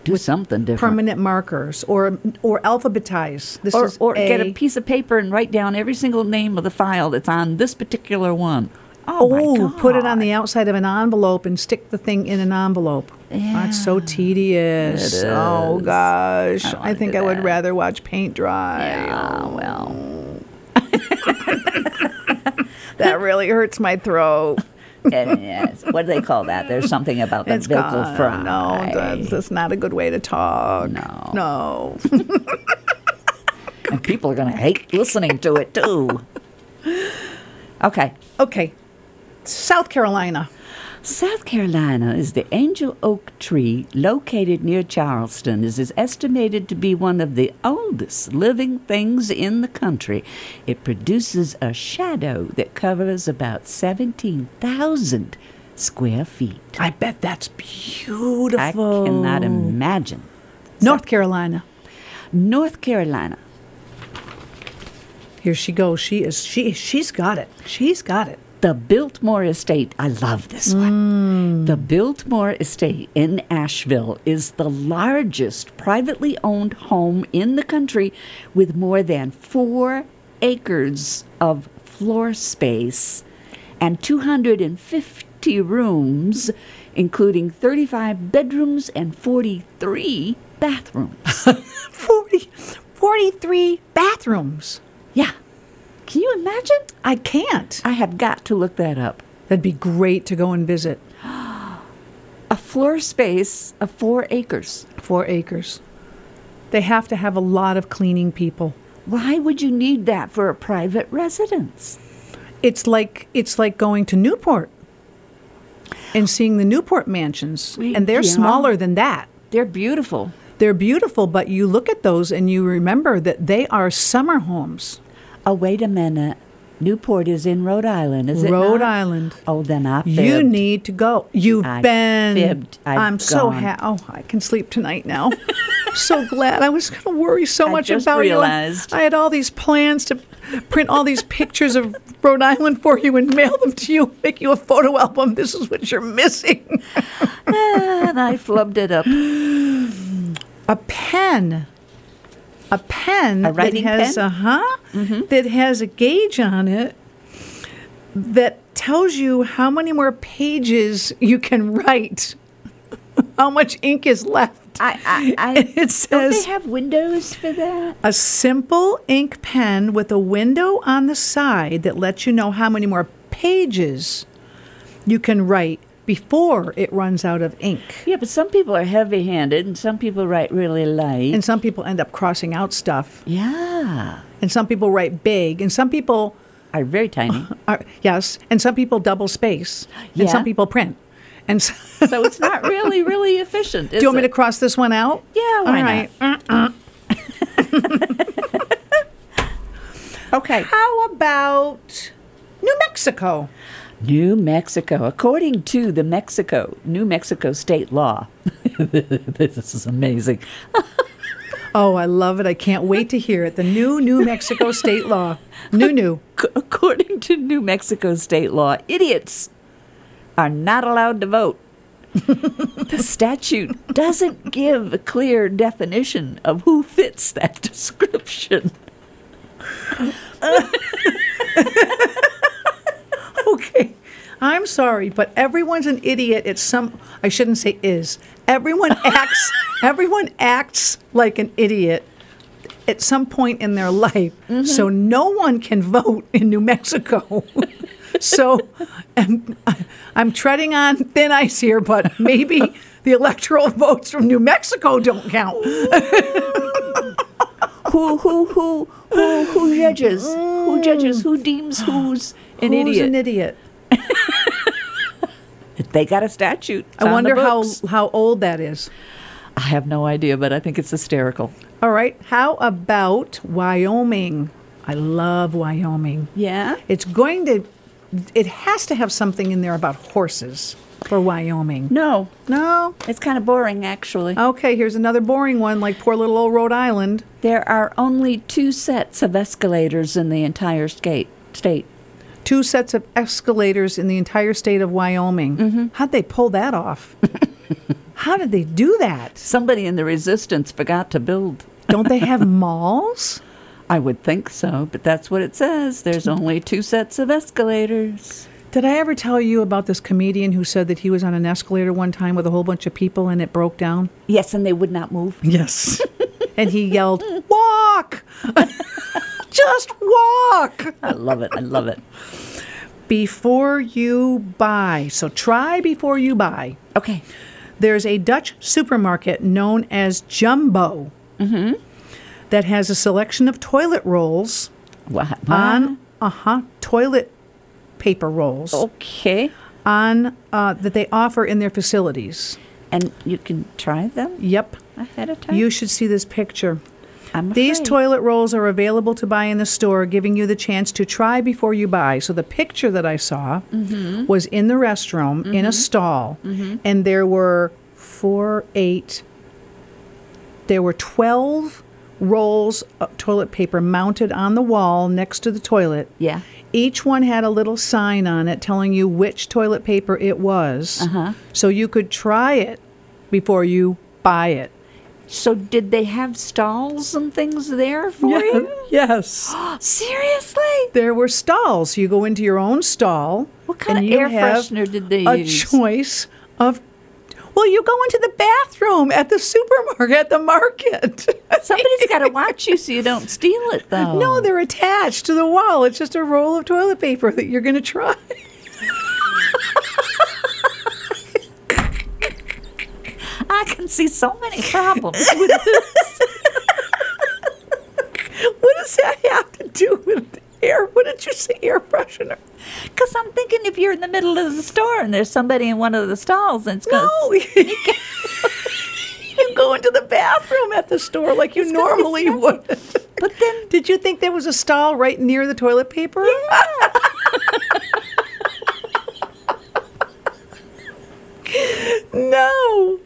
Do something different.
permanent markers, or or alphabetize. This
or
is
or get a
A.
piece of paper and write down every single name of the file that's on this particular one. Oh, my
Oh,
God.
put it on the outside of an envelope and stick the thing in an envelope. That's so tedious. Oh gosh, I, think I would rather watch paint dry.
Oh, well.
That really hurts my throat.
And yes, what do they call that? There's something about the
It's
vocal
gone.
fry.
No, that's, that's not a good way to talk. No. No.
And people are going to hate listening to it too. Okay.
okay. South Carolina.
South Carolina is the angel oak tree located near Charleston is is estimated to be one of the oldest living things in the country. It produces a shadow that covers about 17,000 square feet.
I bet that's beautiful.
I cannot imagine.
North Carolina.
North Carolina.
Here she goes. She is she she's got it. She's got it.
The Biltmore Estate, I love this one.
Mm.
The Biltmore Estate in Asheville is the largest privately owned home in the country with more than four acres of floor space and 250 rooms, including 35 bedrooms and 43 bathrooms.
40, 43 bathrooms.
yeah. Can you imagine?
I can't.
I have got to look that up.
That'd be great to go and visit.
A floor space of four acres.
Four acres. They have to have a lot of cleaning people.
Why would you need that for a private residence?
It's like it's like going to Newport and seeing the Newport mansions,
Wait,
and they're
yeah.
smaller than that.
They're beautiful.
They're beautiful, but you look at those and you remember that they are summer homes.
Oh, wait a minute. Newport is in Rhode Island, is it?
Rhode
not?
Island.
Oh, then I fibbed.
You need to go. You've
I
been.
fibbed. I've
am so
gone.
happy. Oh, I can sleep tonight now. I'm so glad. I was going to worry so
I
much
just
about
realized.
you. I had all these plans to print all these pictures of Rhode Island for you and mail them to you, make you a photo album. This is what you're missing.
and I flubbed it up.
a pen, a pen
A writing
that has
pen? Mm-hmm.
a huh that has a gauge on it that tells you how many more pages you can write, how much ink is left.
I, I, I
It
don't
says-
they have windows for that?
A simple ink pen with a window on the side that lets you know how many more pages you can write before it runs out of ink.
Yeah, but some people are heavy-handed, and some people write really light.
And some people end up crossing out stuff,
yeah,
and some people write big, and some people
are very tiny.
Are, Uh, yes, and some people double space, and
Yeah.
some people print. And so, do
so it's not really, really efficient. Is
you want me
it?
to cross this one out?
Yeah, why
All
not?
right.
Okay.
How about New Mexico?
New Mexico. According to the Mexico, New Mexico state law, this is amazing.
Oh, I love it! I can't wait to hear it. The new New Mexico state law. New, new.
C- according to New Mexico state law, idiots are not allowed to vote. the statute doesn't give a clear definition of who fits that description.
Okay. I'm sorry, but everyone's an idiot at some. I shouldn't say is. Everyone acts. everyone acts like an idiot at some point in their life. So
Mm-hmm.
no one can vote in New Mexico. so I'm, I'm treading on thin ice here, but maybe the electoral votes from New Mexico don't count.
Who who who who who judges? Who judges? Who deems who's an
Who's
idiot?
an idiot?
they got a statute. It's on
I
the
wonder how
books.
how old that is.
I have no idea, but I think it's hysterical.
All right. How about Wyoming? I love Wyoming.
Yeah.
It's going to, it has to have something in there about horses for Wyoming.
No,
No?
it's kind of boring actually. Uh,
Okay, here's another boring one like poor little old Rhode Island.
There are only two sets of escalators in the entire skate, state.
Two sets of escalators in the entire state of Wyoming. How'd they pull that off? How did they do that?
Somebody in the resistance forgot to build.
Don't they have malls?
I would think so, but that's what it says. There's only two sets of escalators.
Did I ever tell you about this comedian who said that he was on an escalator one time with a whole bunch of people and it broke down?
Yes, and they would not move.
Yes. and he yelled, Walk! Just walk!
I love it. I love it.
before you buy. So try before you buy.
Okay.
There's a Dutch supermarket known as Jumbo
Mm-hmm.
that has a selection of toilet rolls
Wow.
on, uh huh, toilet paper rolls
Oh. Okay.
on uh, that they offer in their facilities.
And you can try them
Yep.
ahead of time.
You should see this picture.
I'm
These
afraid.
toilet rolls are available to buy in the store, giving you the chance to try before you buy. So the picture that I saw
Mm-hmm.
was in the restroom in a stall, and there were four, eight, there were 12 rolls of toilet paper mounted on the wall next to the toilet.
Yeah.
Each one had a little sign on it telling you which toilet paper it was. Uh-huh. So you could try it before you buy it.
So did they have stalls and things there for you?
Yes.
Seriously?
there were stalls. You go into your own stall.
What kind
and
of
you
air
have
freshener did they
a
use?
choice of. Well, you go into the bathroom at the supermarket, at the market.
Somebody's Oh. got to watch you so you don't steal it, though.
No, they're attached to the wall. It's just a roll of toilet paper that you're going to try.
I can see so many problems with this. does that have to do with air? What did you say, air freshener? Because I'm thinking if you're in the middle of the store and there's somebody in one of the stalls and it's going
No,
you go into the bathroom at the store like
you normally would.
But then
Did you think there was a stall right near the toilet paper? no.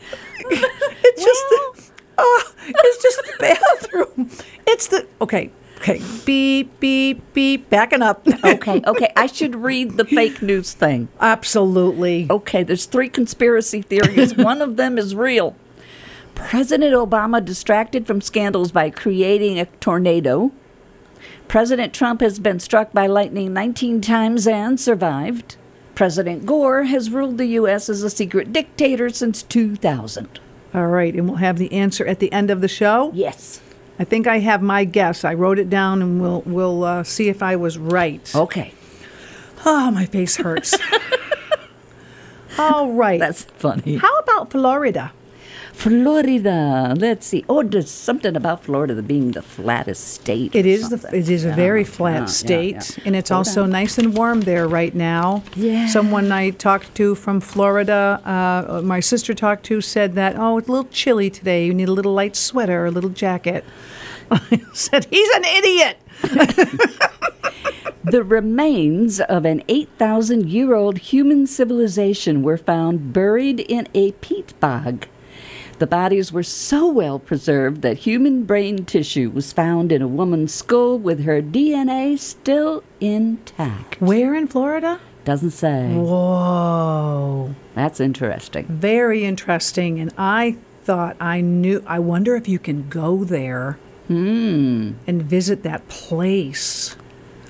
It's just the, oh, it's just the bathroom. It's the okay, okay. Beep, beep, beep. Backing up.
okay, okay, I should read the fake news thing.
Absolutely.
Okay, there's three conspiracy theories. One of them is real. President Obama distracted from scandals by creating a tornado. President Trump has been struck by lightning 19 times and survived. President Gore has ruled the U.S. as a secret dictator since 2000.
All right, and we'll have the answer at the end of the show.
Yes.
I think I have my guess. I wrote it down, and we'll we'll uh, see if I was right.
Okay,
Oh, my face hurts. All right.
that's funny.
How about Florida?
Florida. Let's see. Oh, there's something about Florida being the flattest state.
It
or
is the,
something.
it is a
Yeah,
very
yeah,
flat
yeah,
state,
yeah.
and it's
Hold
also
on.
nice and warm there right now.
Yeah.
Someone I talked to from Florida, uh, my sister talked to, said that oh, it's a little chilly today. You need a little light sweater, a little jacket. I said he's an idiot.
The remains of an 8,000 year old human civilization were found buried in a peat bog. The bodies were so well preserved that human brain tissue was found in a woman's skull with her DNA still intact.
Where in Florida?
Doesn't say.
Whoa.
That's interesting.
Very interesting. And I thought I knew, I wonder if you can go there
Hmm.
and visit that place.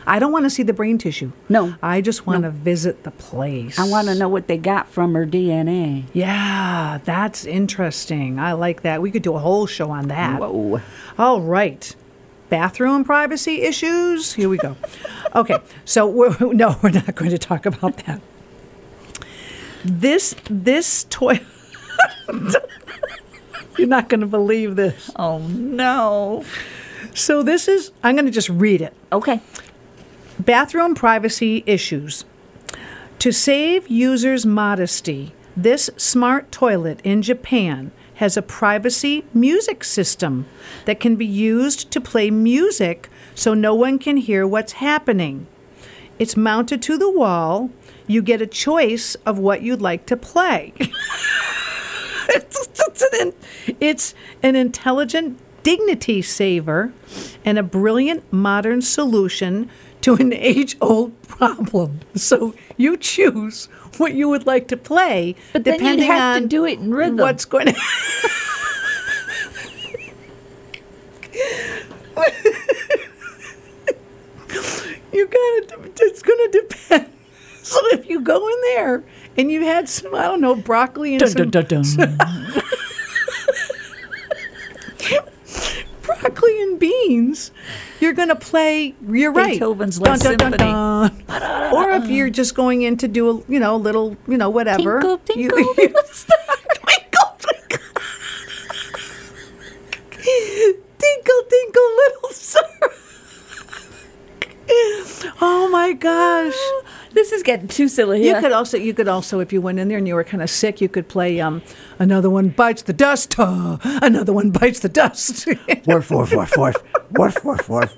I don't want to see the brain tissue.
No.
I just want to visit the place.
I want to know what they got from her DNA.
Yeah, that's interesting. I like that. We could do a whole show on that.
Whoa.
All right. Bathroom privacy issues. Here we go. okay. So we're, no, we're not going to talk about that. This this toy. You're not going to believe this.
Oh, no.
So this is. I'm going to just read it.
Okay.
Bathroom privacy issues. To save users' modesty, this smart toilet in Japan has a privacy music system that can be used to play music so no one can hear what's happening. It's mounted to the wall. You get a choice of what you'd like to play. it's, it's an, in- it's an intelligent dignity saver and a brilliant modern solution to an age old problem. So you choose what you would like to play
But then you'd
depending
have
on
to do it in rhythm.
What's going to you gotta de- it's gonna depend so if you go in there and you had some i don't know broccoli and some broccoli and beans you're gonna play you're right
Beethoven's Last
dun. or if you're just going in to do a you know little you know whatever
Tinkle,
you-
tinkle,
you-
little star.
twinkle twinkle tinkle tinkle little star oh my gosh
This is getting too silly
You
here.
could also, you could also, if you went in there and you were kind of sick, you could play um, another one bites the dust. uh, another one bites the dust.
Woof, woof, woof, woof. Woof, woof, woof.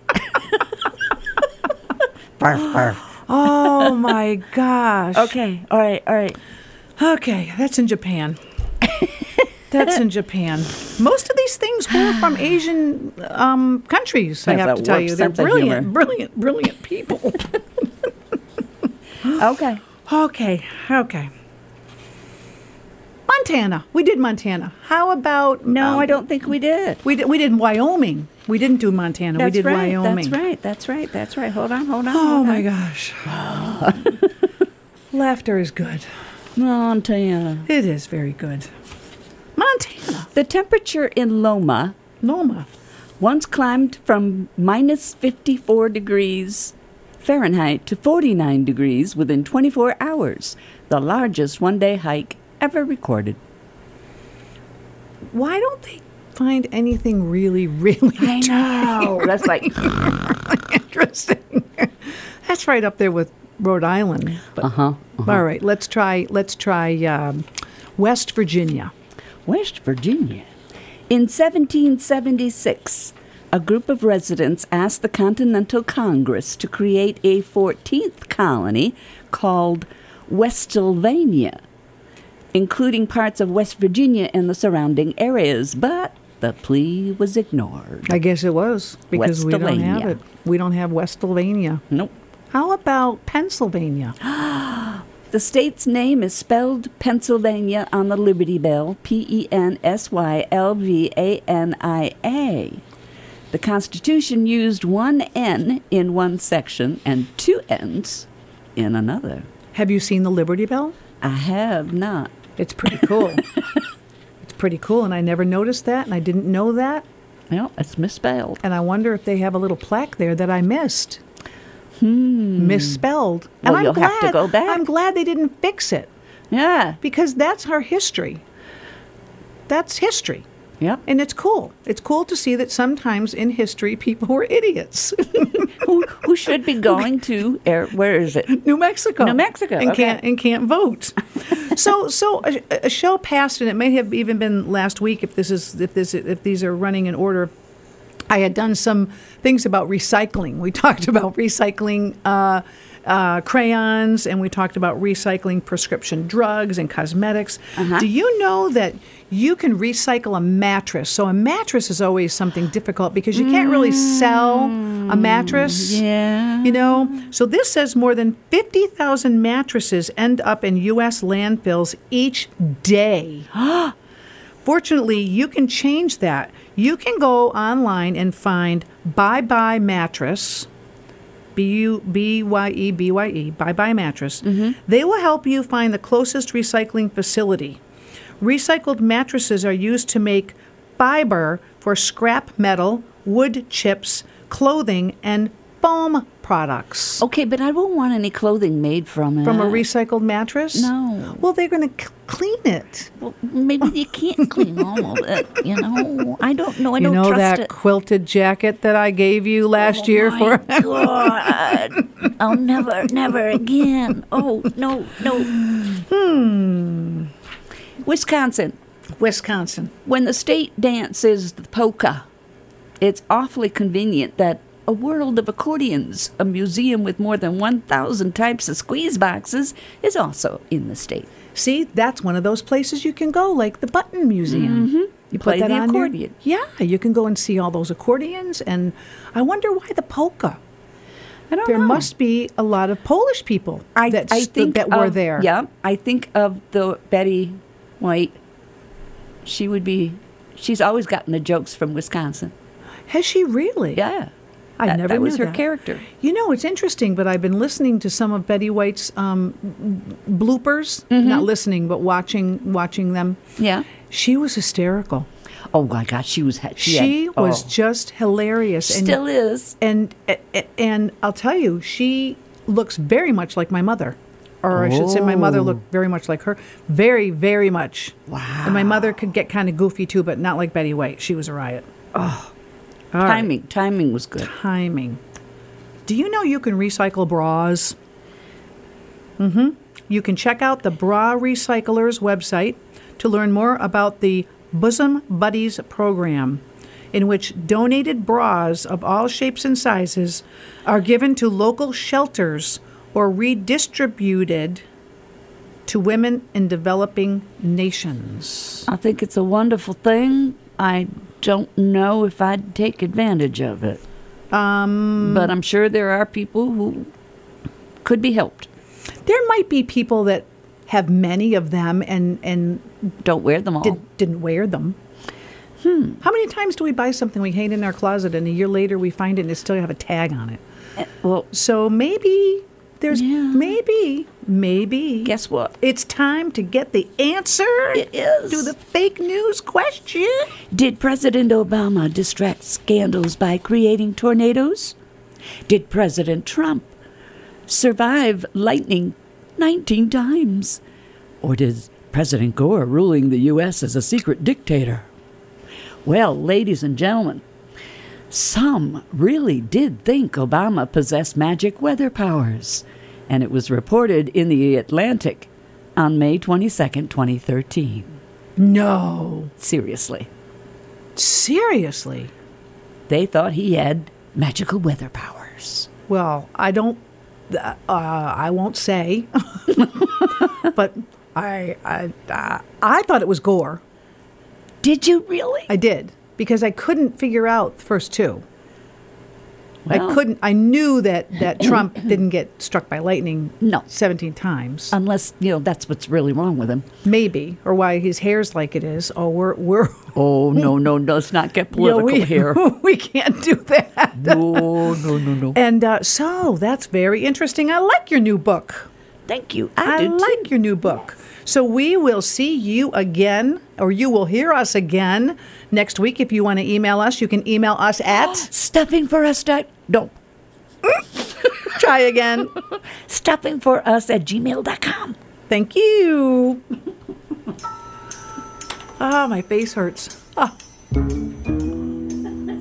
Barf, barf.
oh my gosh.
okay. All right. All right.
Okay, that's in Japan. That's in Japan. Most of these things were from Asian um, countries. I
Has
have
that
to tell
warped
you, they're
sense of
brilliant,
humor.
brilliant, brilliant people.
Okay.
okay, okay. Montana. We did Montana. How about
No, I
um,
don't think we did.
We did, we did Wyoming. We didn't do Montana. we did
right.
Wyoming.
That's right. That's right. That's right. Hold on. Hold on.
Oh
hold
my
on.
gosh. Laughter is good.
Montana.
It is very good. Montana.
The temperature in Loma
Noma.
once climbed from minus 54 degrees Fahrenheit to 49 degrees within 24 hours, the largest one day hike ever recorded.
Why don't they find anything really, really
I know. That's like
interesting. That's right up there with Rhode Island. But, uh-huh, All right, let's try. Let's try um, West Virginia.
West Virginia. In 1776, a group of residents asked the Continental Congress to create a 14th colony called Westlvania, including parts of West Virginia and the surrounding areas, but the plea was ignored.
I guess it was because we don't have
Westlvania.
it. We don't have Westlvania.
Nope.
How about Pennsylvania?
The state's name is spelled Pennsylvania on the Liberty Bell, P E N S Y L V A N I A. The Constitution used one N in one section and two N's in another.
Have you seen the Liberty Bell?
I have not.
It's pretty cool. it's pretty cool, and I never noticed that, and I didn't know that,
Well, it's misspelled.
and I wonder if they have a little plaque there that I missed. Misspelled.
Hmm.
and
Well,
I'm
you'll
glad,
have to go back.
I'm glad they didn't fix it
Yeah.
because that's our history. That's history.
Yep.
And it's cool. It's cool to see that sometimes in history people were idiots.
who, who should be going to air? Where is it?
New Mexico.
New Mexico,
And
okay.
can't and can't vote. so so a, a show passed, and it may have even been last week if this is if this if these are running in order. I had done some things about recycling. We talked about recycling uh, uh, crayons, and we talked about recycling prescription drugs and cosmetics.
Uh-huh.
Do you know that you can recycle a mattress? So a mattress is always something difficult because you can't really sell a mattress.
Mm, yeah.
You know, so this says more than 50,000 mattresses end up in U.S. landfills each day. Fortunately, you can change that. You can go online and find Bye Bye Mattress, B U B Y E B Y E, Bye Bye Mattress.
Mm-hmm.
They will help you find the closest recycling facility. Recycled mattresses are used to make fiber for scrap metal, wood chips, clothing, and foam products.
Okay, but I won't want any clothing made from uh, it.
From a recycled mattress?
No.
Well, they're going to c- clean it.
Well, maybe you can't clean all of it. You know, I don't know. I
you
don't
know
oh, trust
that
it.
quilted jacket that I gave you last year
oh
for
my God. I'll never, never again. Oh no, no. Hmm. Wisconsin.
Wisconsin?
When the state dance is the polka, it's awfully convenient that a world of accordions, a museum with more than 1,000 types of squeeze boxes, is also in the state.
See, that's one of those places you can go, like the Button Museum. Mm-hmm. You
Play the
on there?
accordion.
Yeah, you can go and see all those accordions, and I wonder why the polka.
I don't
There
know.
must be a lot of Polish people
I,
that,
I
st-
think
that were
of-
there.
Yeah, I think of the Betty White. She would be. She's always gotten the jokes from Wisconsin.
Has she really?
Yeah,
I
that,
never
that
knew
was her
that.
character.
You know, it's interesting, but I've been listening to some of Betty White's um, bloopers.
Mm-hmm.
Not listening, but watching watching them.
Yeah.
She was hysterical.
Oh my God, she was. She,
She
had,
was
oh.
just hilarious.
still is.
and and and I'll tell you, she looks very much like my mother, or I should say, my mother looked very much like her, very very much. Wow. And my mother could get kind of goofy too, but not like Betty White. She was a riot. Oh, All right.
Timing, timing was good.
timing. Do you know you can recycle bras? Mm-hmm. You can check out the Bra Recyclers website to learn more about the Bosom Buddies program, in which donated bras of all shapes and sizes are given to local shelters or redistributed to women in developing nations.
I think it's a wonderful thing. I don't know if I'd take advantage of it. Um, but I'm sure there are people who could be helped.
There might be people that have many of them and, and
Don't wear them all.
did, didn't wear them. Hmm. How many times do we buy something we hang in our closet and a year later we find it and it still have a tag on it?
well,
So maybe there's
Yeah.
maybe maybe
guess what?
It's time to get the answer
It is.
to the fake news question.
Did President Obama distract scandals by creating tornadoes? Did President Trump survive lightning 19 times? Or did President Gore ruling the U.S. as a secret dictator? Well, ladies and gentlemen, some really did think Obama possessed magic weather powers, and it was reported in the Atlantic on May 22nd, 2013.
No.
Seriously,
Seriously.
they thought he had magical weather powers.
Well, I don't. Uh, I won't say, but I I uh, I thought it was gore.
Did you really?
I did because I couldn't figure out the first two.
Well.
I couldn't. I knew that that Trump didn't get struck by lightning.
No. Um.
seventeen times,
Unless, you know, that's what's really wrong with him.
maybe, or why his hair's like it is. Oh, we're we're
Oh, no, no, no, let's not get
you know,
political
we,
here.
we can't do that.
No, no, no, no.
And uh, so that's very interesting. I like your new book.
Thank you. I,
I
do too.
like your new book. So we will see you again, or you will hear us again next week. If you want to email us, you can email us at
Stuffing for us. Dot, no,
try again.
stuffing for us at gmail.com.
Thank you. Ah, my face hurts. Ah.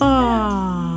Ah.